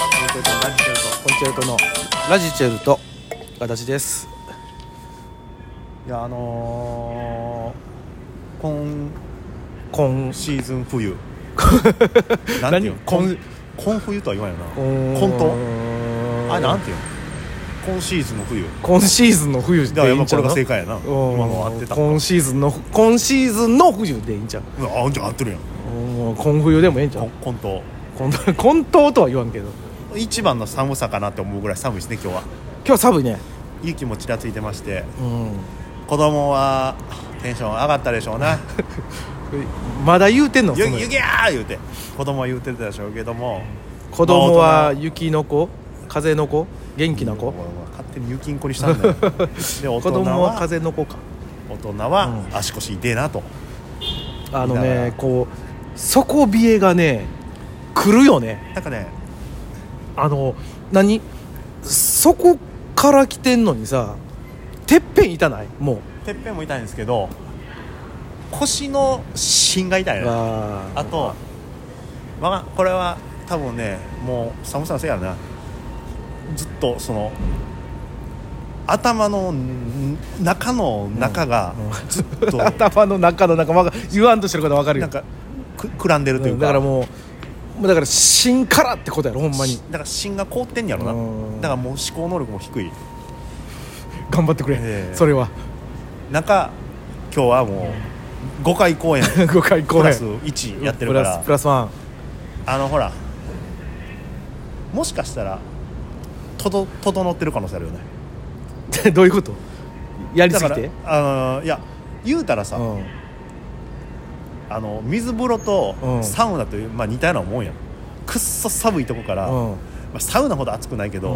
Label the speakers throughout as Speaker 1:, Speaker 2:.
Speaker 1: ラジチェル
Speaker 2: コンチェルトのラジチェルト私ですいやあのー、今
Speaker 1: ト今
Speaker 3: シーズン冬なんていうの
Speaker 2: 何
Speaker 3: 今今冬とは言わんよな混沌
Speaker 2: 沌
Speaker 3: あなんていうの今シーズンの冬だ
Speaker 2: 今シーズンの冬
Speaker 3: から
Speaker 2: でい
Speaker 3: や
Speaker 2: い
Speaker 3: っぱ
Speaker 2: んち
Speaker 3: こ
Speaker 2: ゃ
Speaker 3: れ
Speaker 2: うの
Speaker 3: が正解やな今の合ってたう
Speaker 2: 今シーズンの今シーズンの冬でいいんちゃうん
Speaker 3: あほんじゃ合ってるやん
Speaker 2: うん今冬でもええんちゃ
Speaker 3: こ
Speaker 2: うん
Speaker 3: 混沌
Speaker 2: 今 度今冬とは言わんけど
Speaker 3: 一番の寒さかなって思うぐらい寒いですね今日は
Speaker 2: 今日寒いね
Speaker 3: 雪もちらついてまして
Speaker 2: うん
Speaker 3: 子供はテンション上がったでしょう な
Speaker 2: まだ言うてんの
Speaker 3: ゆ
Speaker 2: その
Speaker 3: 雪やー言うて子供は言うてるでしょうけども
Speaker 2: 子供
Speaker 3: まあ
Speaker 2: は
Speaker 3: 大人
Speaker 2: 雪の子風の子元気な子
Speaker 3: 俺は勝手に雪んこにした んだよで大
Speaker 2: 子
Speaker 3: 人
Speaker 2: 供は
Speaker 3: は
Speaker 2: 風の子か
Speaker 3: 大人は足腰痛えなと
Speaker 2: あの
Speaker 3: だから
Speaker 2: ねこう底冷えがね来るよね
Speaker 3: なんかね
Speaker 2: あの何そこから来てんのにさてっぺん痛ないもう
Speaker 3: てっぺんも痛いんですけど腰の芯が痛いな
Speaker 2: あー
Speaker 3: あと、まあ、これは多分ねもう寒さのせいやろなずっとその頭のん中の中がずっと
Speaker 2: 頭の中の中わか言わんとしてることわかる
Speaker 3: な
Speaker 2: よ
Speaker 3: んかくくらんでるといううんか
Speaker 2: だからもうもうだから芯からってことやろほんまに
Speaker 3: だから芯が凍ってんやろな
Speaker 2: うん
Speaker 3: だからもう思考能力も低い
Speaker 2: 頑張ってくれ、
Speaker 3: ええ
Speaker 2: それは
Speaker 3: 中今日はもう5回公演
Speaker 2: 5回 公
Speaker 3: プラ
Speaker 2: 演
Speaker 3: ス1やってる
Speaker 2: プ
Speaker 3: か
Speaker 2: ラ
Speaker 3: ら
Speaker 2: スプラスワン
Speaker 3: あのほらもしかしたらとど整ってる可能性あるよね
Speaker 2: ってどういうことやり
Speaker 3: だ
Speaker 2: す
Speaker 3: か
Speaker 2: ぎ
Speaker 3: ら
Speaker 2: て
Speaker 3: あのいや言うたら
Speaker 2: う
Speaker 3: さ、
Speaker 2: ん
Speaker 3: あの水風呂
Speaker 2: う
Speaker 3: と
Speaker 2: ん
Speaker 3: サウナという、まあ、似たようなもんやんくっそ寒いとこから、
Speaker 2: う
Speaker 3: ま
Speaker 2: ん
Speaker 3: あ、サウナほど暑くないけ
Speaker 2: う
Speaker 3: ど、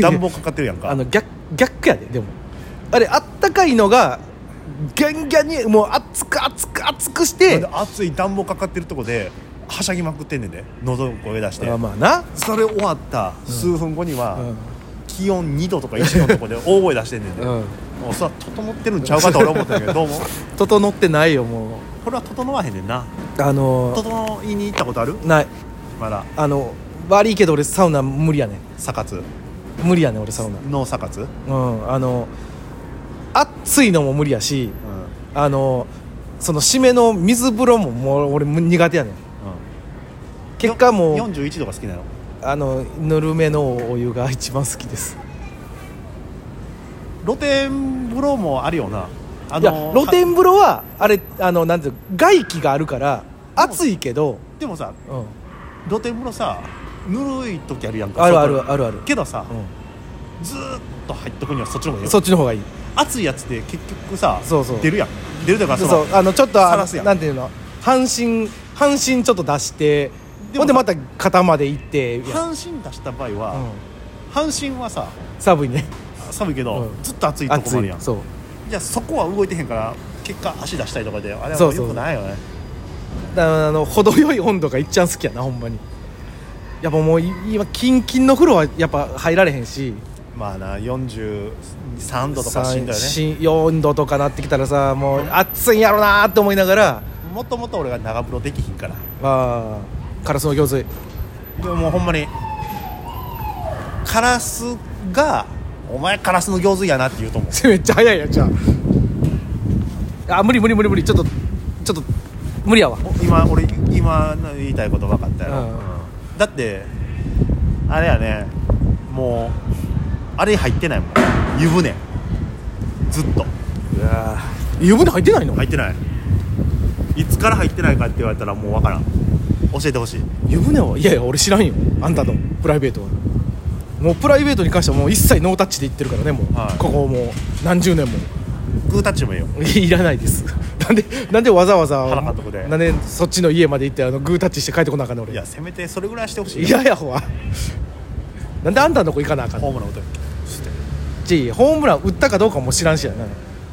Speaker 3: 暖房かかってるやんか
Speaker 2: あの逆逆やででもあれあったかいのがギャンギャンにもう熱く熱く熱くし
Speaker 3: で
Speaker 2: て
Speaker 3: 暑い暖房かかってるとこではしゃぎまくってんねんで喉声出して
Speaker 2: あまあな
Speaker 3: それ終わった数分後には、
Speaker 2: うん
Speaker 3: 気温2度とか1度のとこで大声出してんねんで、
Speaker 2: うん
Speaker 3: もうそれは整ってるんちゃうかと俺は思ったけどどうも
Speaker 2: 整ってないよも
Speaker 3: これは整わへんねんな
Speaker 2: うあのー
Speaker 3: 整いに行ったことある
Speaker 2: ない
Speaker 3: まだ
Speaker 2: あの悪いけど俺サウナ無理やね
Speaker 3: サカツ
Speaker 2: 無理やね俺サウナ
Speaker 3: ノーサカツ、うん、
Speaker 2: うんあの暑いのも無理やしあのその締めの水風呂ももう俺苦手やねん結果もう
Speaker 3: 41度が好きなの
Speaker 2: あのぬるめのお湯が一番好きです
Speaker 3: 露天風呂もあるよなあ
Speaker 2: いや露天風呂はあれあのなんていうの外気があるから暑いけど、
Speaker 3: でもさ
Speaker 2: うん、
Speaker 3: 露天風呂さぬるい時あるやんか
Speaker 2: あるある
Speaker 3: 外
Speaker 2: あるある、
Speaker 3: けどさ、
Speaker 2: う
Speaker 3: ずーっと入っとくにはそっちの方がい
Speaker 2: ん、
Speaker 3: い
Speaker 2: そっちの方がいい
Speaker 3: 暑いやつで結局さ
Speaker 2: そうそう
Speaker 3: 出るやん出るというか
Speaker 2: そ
Speaker 3: そうの
Speaker 2: そうあのちょっとあ
Speaker 3: さ
Speaker 2: の
Speaker 3: らすやん
Speaker 2: なんていうの半身半身ちょっと出して
Speaker 3: でも
Speaker 2: ほんでまた肩まで行ってや
Speaker 3: 半身出した場合
Speaker 2: う
Speaker 3: は
Speaker 2: ん、、
Speaker 3: 半身はさ
Speaker 2: 寒いね
Speaker 3: 寒いけど、
Speaker 2: うん
Speaker 3: ずっと暑いとこも
Speaker 2: 暑
Speaker 3: ある
Speaker 2: い
Speaker 3: やんじ
Speaker 2: そう
Speaker 3: ゃあそこは動いてへんから結果足出したりとかであれは
Speaker 2: そ
Speaker 3: よ
Speaker 2: うそう
Speaker 3: くないよね
Speaker 2: だからあの程よい温度がいっちゃん好きやなほんまにやっぱもうい今キンキンの風呂はやっぱ入られへんし
Speaker 3: まあな43度とかしんどいよね
Speaker 2: 三4度とかなってきたらさもう暑いんやろなーって思いながら
Speaker 3: もともと俺が長風呂できひんから
Speaker 2: ああカラスの行水
Speaker 3: でももうほんまにカラスがお前カラスの行水やなって言うと思う
Speaker 2: めっちゃ早いやんじゃああ無理無理無理無理ちょっとちょっと無理やわ
Speaker 3: お今俺今の言いたいこと分かったよ、
Speaker 2: うん
Speaker 3: だってあれやねもうあれ入ってないもん湯船ずっと
Speaker 2: 湯船入ってないの、
Speaker 3: 入ってないいつから入ってないかって言われたらもう分からん教えてほしい
Speaker 2: 湯船はいやいや俺知らんよあんたのプライベートはもうプライベートに関してはもう一切ノータッチで行ってるからねもう、
Speaker 3: はい
Speaker 2: ここもう何十年も
Speaker 3: グータッチもいいよ
Speaker 2: いらないです なんでなんでわざわざ
Speaker 3: 原監督で
Speaker 2: なんでそっちの家まで行ってあのグータッチして帰ってこなあかんね俺
Speaker 3: いやせめてそれぐらいしてほしい
Speaker 2: 嫌ややほわなんであんたのとこ行かなあかんの
Speaker 3: ホームラン打てして
Speaker 2: ちホームラン打ったかどうかも知らんしや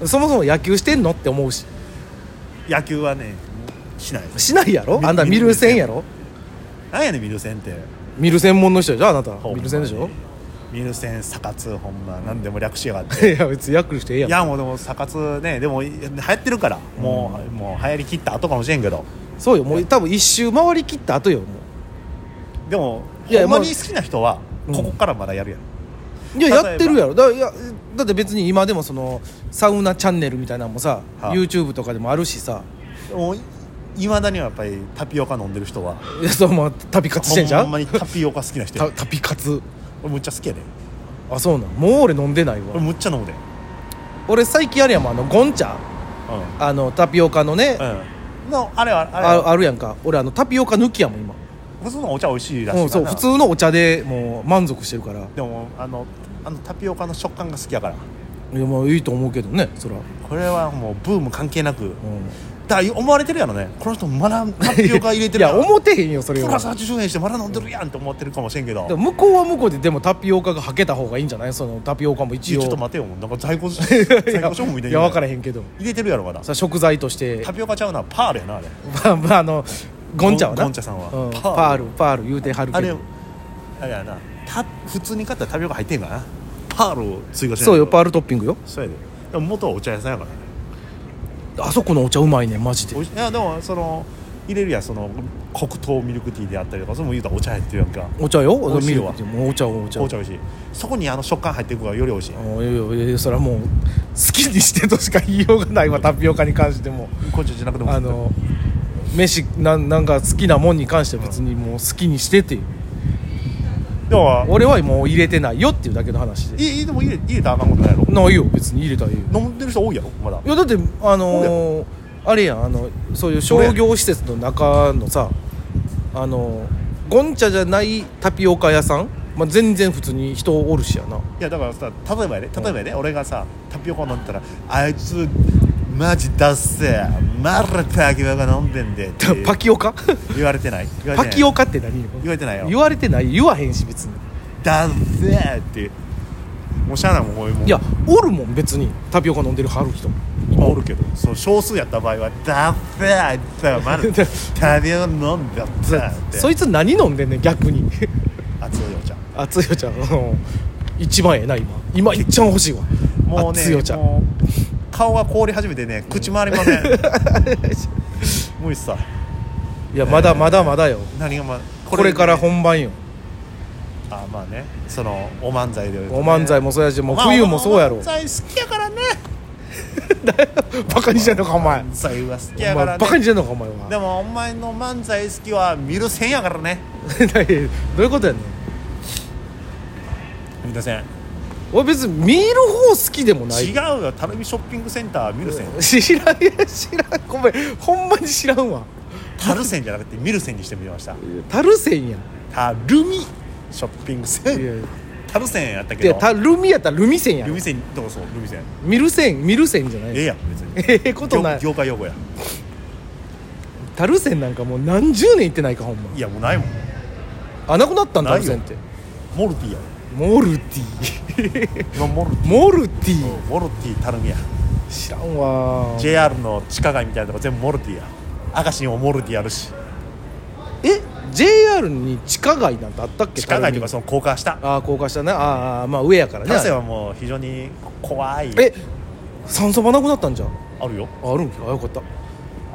Speaker 2: なそもそも野球してんのって思うし
Speaker 3: 野球はねしないです
Speaker 2: しないやろ
Speaker 3: み
Speaker 2: あんた見る専やろ
Speaker 3: なんやねんミルセンって
Speaker 2: 見る専門の人やじゃあなた
Speaker 3: ほんまに
Speaker 2: 見る専でしょ
Speaker 3: ミルセンサカツほんま何でも略しやがって
Speaker 2: いや別にヤクルトしてええや
Speaker 3: い
Speaker 2: ん
Speaker 3: やもうでもサカツねでも流行ってるからもう,、もう流行りきった後かもしれんけど
Speaker 2: そうよもう多分一周回りきった後よも
Speaker 3: でも
Speaker 2: いや
Speaker 3: ほんまに
Speaker 2: まあ
Speaker 3: 好きな人は
Speaker 2: うん
Speaker 3: ここからまだやるやん、
Speaker 2: いや
Speaker 3: 例えば
Speaker 2: やってるやろだいやだって別に今でもそのサウナチャンネルみたいなのもさ、
Speaker 3: はあ
Speaker 2: YouTube とかでもあるしさ
Speaker 3: もういまだにはやっぱりタピオカ飲んでる人はい
Speaker 2: やそうまあ旅活してんじゃ
Speaker 3: ほんま
Speaker 2: ん
Speaker 3: にタピオカ好きな人
Speaker 2: た
Speaker 3: や
Speaker 2: 旅活
Speaker 3: 俺むっちゃ好きやで
Speaker 2: あそうなんもう俺飲んでないわ
Speaker 3: 俺むっちゃ飲むで
Speaker 2: 俺最近あれやもんあのゴンチャ
Speaker 3: う
Speaker 2: あのタピオカの
Speaker 3: ん、
Speaker 2: ね、
Speaker 3: うん、のあれはあれ
Speaker 2: あ
Speaker 3: は
Speaker 2: あるやんか俺あのタピオカ抜きやもん今
Speaker 3: 普通のお茶美味しいらしい
Speaker 2: うん
Speaker 3: か
Speaker 2: そ
Speaker 3: ら
Speaker 2: う
Speaker 3: な
Speaker 2: 普通のお茶でもう満足してるから
Speaker 3: でもあのあのタピオカの食感が好きやから
Speaker 2: いやまあいいと思うけどねそら、
Speaker 3: これはもうブーム関係なく
Speaker 2: う
Speaker 3: だから思われてるやろねこの人まだタピオカ入れてる
Speaker 2: ん、い
Speaker 3: や
Speaker 2: や
Speaker 3: ん
Speaker 2: 思てへんよそれ
Speaker 3: プ
Speaker 2: は
Speaker 3: ラス80円してまだ飲んでるやんって思ってるかもしれんけど
Speaker 2: でも向こうは向こうででもタピオカがはけた方がいいんじゃないそのタピオカも
Speaker 3: い
Speaker 2: 一
Speaker 3: や
Speaker 2: 応
Speaker 3: ちょっと待てよなんか在 庫在庫処分みたいない
Speaker 2: や分からへんけど
Speaker 3: 入れてるやろまだ
Speaker 2: さ食材として
Speaker 3: タピオカちゃうなパールやなあれ
Speaker 2: まあ まああのゴンチャはな
Speaker 3: ゴンチャさんは
Speaker 2: うん
Speaker 3: パール
Speaker 2: パールパール言うてはる
Speaker 3: あ
Speaker 2: け
Speaker 3: れ
Speaker 2: ど
Speaker 3: あれやなた普通に買ったらタピオカ入ってんかなパールを追加して
Speaker 2: そうよパー
Speaker 3: ル
Speaker 2: ルトッピングよ
Speaker 3: そうやででも元はお茶屋さんやからね
Speaker 2: あそこのお茶うまいねマジで
Speaker 3: おいしいやでもその入れるやんその黒糖ミルクティーであったりとかそれも言うたらお茶やってるやんか
Speaker 2: お茶よ
Speaker 3: 美味しいわ
Speaker 2: ミルクティーもお茶お茶
Speaker 3: 紅茶美味しいそこにあの食感入っていくからより美味しい
Speaker 2: おいやいやいやそれはもう好きにしてとしか言いようがないわタピオカに関しても
Speaker 3: 紅茶じゃなくても
Speaker 2: あの飯なんなんか好きなもんに関しては別にもう好きにしてっていう
Speaker 3: でも
Speaker 2: 俺はもう入れてないよっていうだけの話で
Speaker 3: いいでも入れ入れたらあかんことないやろ
Speaker 2: ないよ別に入れたらいいよ
Speaker 3: 飲んでる人多いやろまだ
Speaker 2: いやだってあのーあれやんあのそういう商業施設の中のさあのーゴンチャじゃないタピオカ屋さん、まあ、全然普通に人おるしやない
Speaker 3: やだからさ例えばやね例えばやね、俺がさタピオカ飲んでたらあいつマジだっせマラタキオカ飲んでんでって
Speaker 2: パキオカ
Speaker 3: 言われてない言わ
Speaker 2: パ
Speaker 3: れてない
Speaker 2: キオカって何よ
Speaker 3: 言われてないよ
Speaker 2: 言われてない言わへんし別に
Speaker 3: だっせってもうしゃあないもんこういうもん
Speaker 2: いやおるもん別にタピオカ飲んでる春人
Speaker 3: 今おるけどそう少数やった場合はだっせあいつはマラ タピオカ飲んでっせって
Speaker 2: そいつ何飲んでんねん逆に
Speaker 3: 熱いお茶
Speaker 2: 熱いお茶うん一番ええな今今いっちゃん欲しいわ
Speaker 3: もう
Speaker 2: 熱いお
Speaker 3: ね
Speaker 2: 茶
Speaker 3: もう顔が凍り始めてね口回りま せん無理っすわ
Speaker 2: いやまだまだまだよ、
Speaker 3: 何がまあ
Speaker 2: これから
Speaker 3: ん
Speaker 2: 本番よ
Speaker 3: あまあねそのお漫才で、ね、
Speaker 2: お漫才もそうやしもう
Speaker 3: まあ
Speaker 2: 冬もそうやろ
Speaker 3: お漫才好きやからね
Speaker 2: バカにしてんのかお前
Speaker 3: 漫才は好きや
Speaker 2: お前
Speaker 3: から
Speaker 2: バ
Speaker 3: ね
Speaker 2: カにしてんのかお前
Speaker 3: で
Speaker 2: は
Speaker 3: もお前の漫才好きは見るせんやからね
Speaker 2: 何どういうことやねん
Speaker 3: 見るせん
Speaker 2: 俺別に見る方好きでもない
Speaker 3: 違うよたるみショッピングセンター見るせん
Speaker 2: 知らん知らんごめんほんまに知らんわ
Speaker 3: たるせんじゃなくて見るせんにしてみました
Speaker 2: タルセンやん
Speaker 3: たるみショッピングセ
Speaker 2: いや
Speaker 3: ン
Speaker 2: い
Speaker 3: たるせんやったけ
Speaker 2: や
Speaker 3: ど
Speaker 2: タルミやったらルミセンや
Speaker 3: ル
Speaker 2: ん
Speaker 3: ミセンどうそうルミセン
Speaker 2: ミルセンミルセンじゃない
Speaker 3: ええやん別に
Speaker 2: ええことない
Speaker 3: 業業界用語や
Speaker 2: タルセンなんかもう何十年行ってないかほんま
Speaker 3: いやもうないもん
Speaker 2: あなくなったん
Speaker 3: ないよ
Speaker 2: タルセンって
Speaker 3: モルティや
Speaker 2: モルティ
Speaker 3: 今モルテ
Speaker 2: モルティ
Speaker 3: ィモルティたるみや
Speaker 2: 知らんわ
Speaker 3: JR の地下街みたいなとこ全部モルティや明石にもモルティあるし
Speaker 2: え JR に地下街なんてあったっけ
Speaker 3: 地下街とか
Speaker 2: 垂水
Speaker 3: その高架下
Speaker 2: ああ高架下ねああまあ上やからね
Speaker 3: 田瀬はもう非常に怖い
Speaker 2: え酸素場なくなったんじゃん
Speaker 3: あるよ
Speaker 2: ああるんかあよかった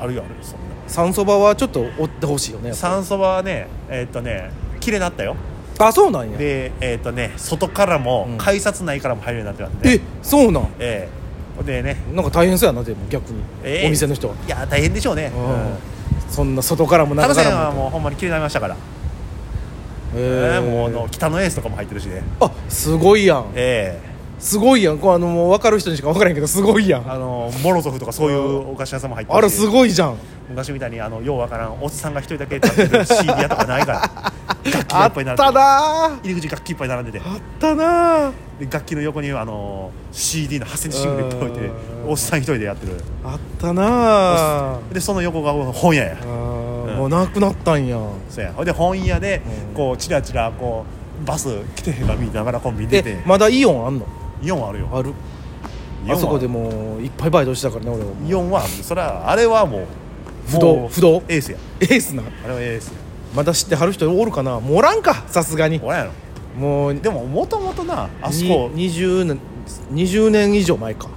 Speaker 3: あるよあるよそんな
Speaker 2: 酸素場はちょっと追ってほしいよね
Speaker 3: 酸素場はねえーっとね綺麗になったよ
Speaker 2: あそうなんや
Speaker 3: でえーっとね外からも
Speaker 2: うん
Speaker 3: 改札内からも入るようになってたんで
Speaker 2: えそうなん
Speaker 3: ええでね
Speaker 2: なんか大変そうやなでも逆に、
Speaker 3: ええ
Speaker 2: お店の人は、
Speaker 3: いや大変でしょうね
Speaker 2: うん、そんな外からも
Speaker 3: 田
Speaker 2: 中
Speaker 3: 瀬
Speaker 2: か
Speaker 3: は
Speaker 2: らも
Speaker 3: もうほんまに綺麗になりましたから
Speaker 2: え
Speaker 3: え
Speaker 2: え
Speaker 3: えもうあの北のエースとかも入ってるしね
Speaker 2: あすごいやん
Speaker 3: え
Speaker 2: すごいやんこうあのもう分かる人にしか分からへんけどすごいや
Speaker 3: え
Speaker 2: んあ
Speaker 3: あのモロゾフとかそういうお菓子屋さんも入って
Speaker 2: れ
Speaker 3: るし
Speaker 2: すごいじゃん
Speaker 3: 昔みたいにあのようわからんおっさんが一人だけ立ってる CD 屋とかない から楽器が
Speaker 2: あ
Speaker 3: い
Speaker 2: っ
Speaker 3: っぱい並
Speaker 2: た
Speaker 3: んでて
Speaker 2: なー
Speaker 3: 入り口楽器いっぱい並んでて
Speaker 2: あったなー
Speaker 3: で楽器の横にあの CD の8センチシングルいっぱい置いて
Speaker 2: うん
Speaker 3: おっさん一人でやってる
Speaker 2: あったなあ
Speaker 3: でその横が本屋や
Speaker 2: あー
Speaker 3: うん
Speaker 2: もうなくなったんや
Speaker 3: そうやほいで本屋で
Speaker 2: うん
Speaker 3: こうチラチラこうバス来てへんか見ながらコンビニ出て
Speaker 2: えまだイオンあんの
Speaker 3: イオンはあるよ
Speaker 2: ある
Speaker 3: イオンは
Speaker 2: あそこでもういっぱいバイトしたからね俺はもう
Speaker 3: イオンはあるそれはあれはもう
Speaker 2: 不動
Speaker 3: もう
Speaker 2: 不動
Speaker 3: エースや
Speaker 2: エースな
Speaker 3: あれはエースや
Speaker 2: まだ知ってはる人おるかなもうおらんかさすがに
Speaker 3: おらんやろ
Speaker 2: もう
Speaker 3: でももともとなあそこ
Speaker 2: に20年20年以上前かも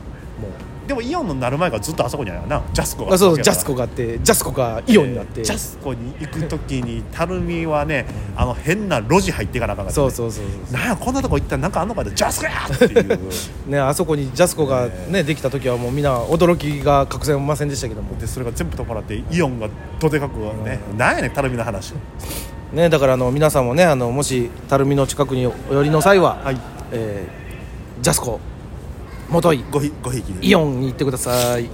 Speaker 2: う
Speaker 3: でもイオンのなる前からずっとあそこにあるよなジャスコが
Speaker 2: あそうジャ
Speaker 3: わ
Speaker 2: ス
Speaker 3: け
Speaker 2: コ
Speaker 3: や
Speaker 2: があってジャスコがイオンになって、
Speaker 3: えージャスコに行く時に垂水はねあの変な路地入っていかなあかんから、ね、
Speaker 2: そうそうそうそ
Speaker 3: なんやこんなとこ行ったらなんかあんのかってジャスコやって いう
Speaker 2: うねあそこにジャスコが、ね
Speaker 3: ね
Speaker 2: できた時はもうみんな驚きが隠せませんでしたけども
Speaker 3: でそれが全部止まってイオンがどでかくね、なんやねん垂水の話
Speaker 2: ね、だからあの皆さんもねあのもし垂水の近くにお寄りの際は、
Speaker 3: はい
Speaker 2: えージャスコ元井
Speaker 3: ごひごひいきで
Speaker 2: イオンに行ってください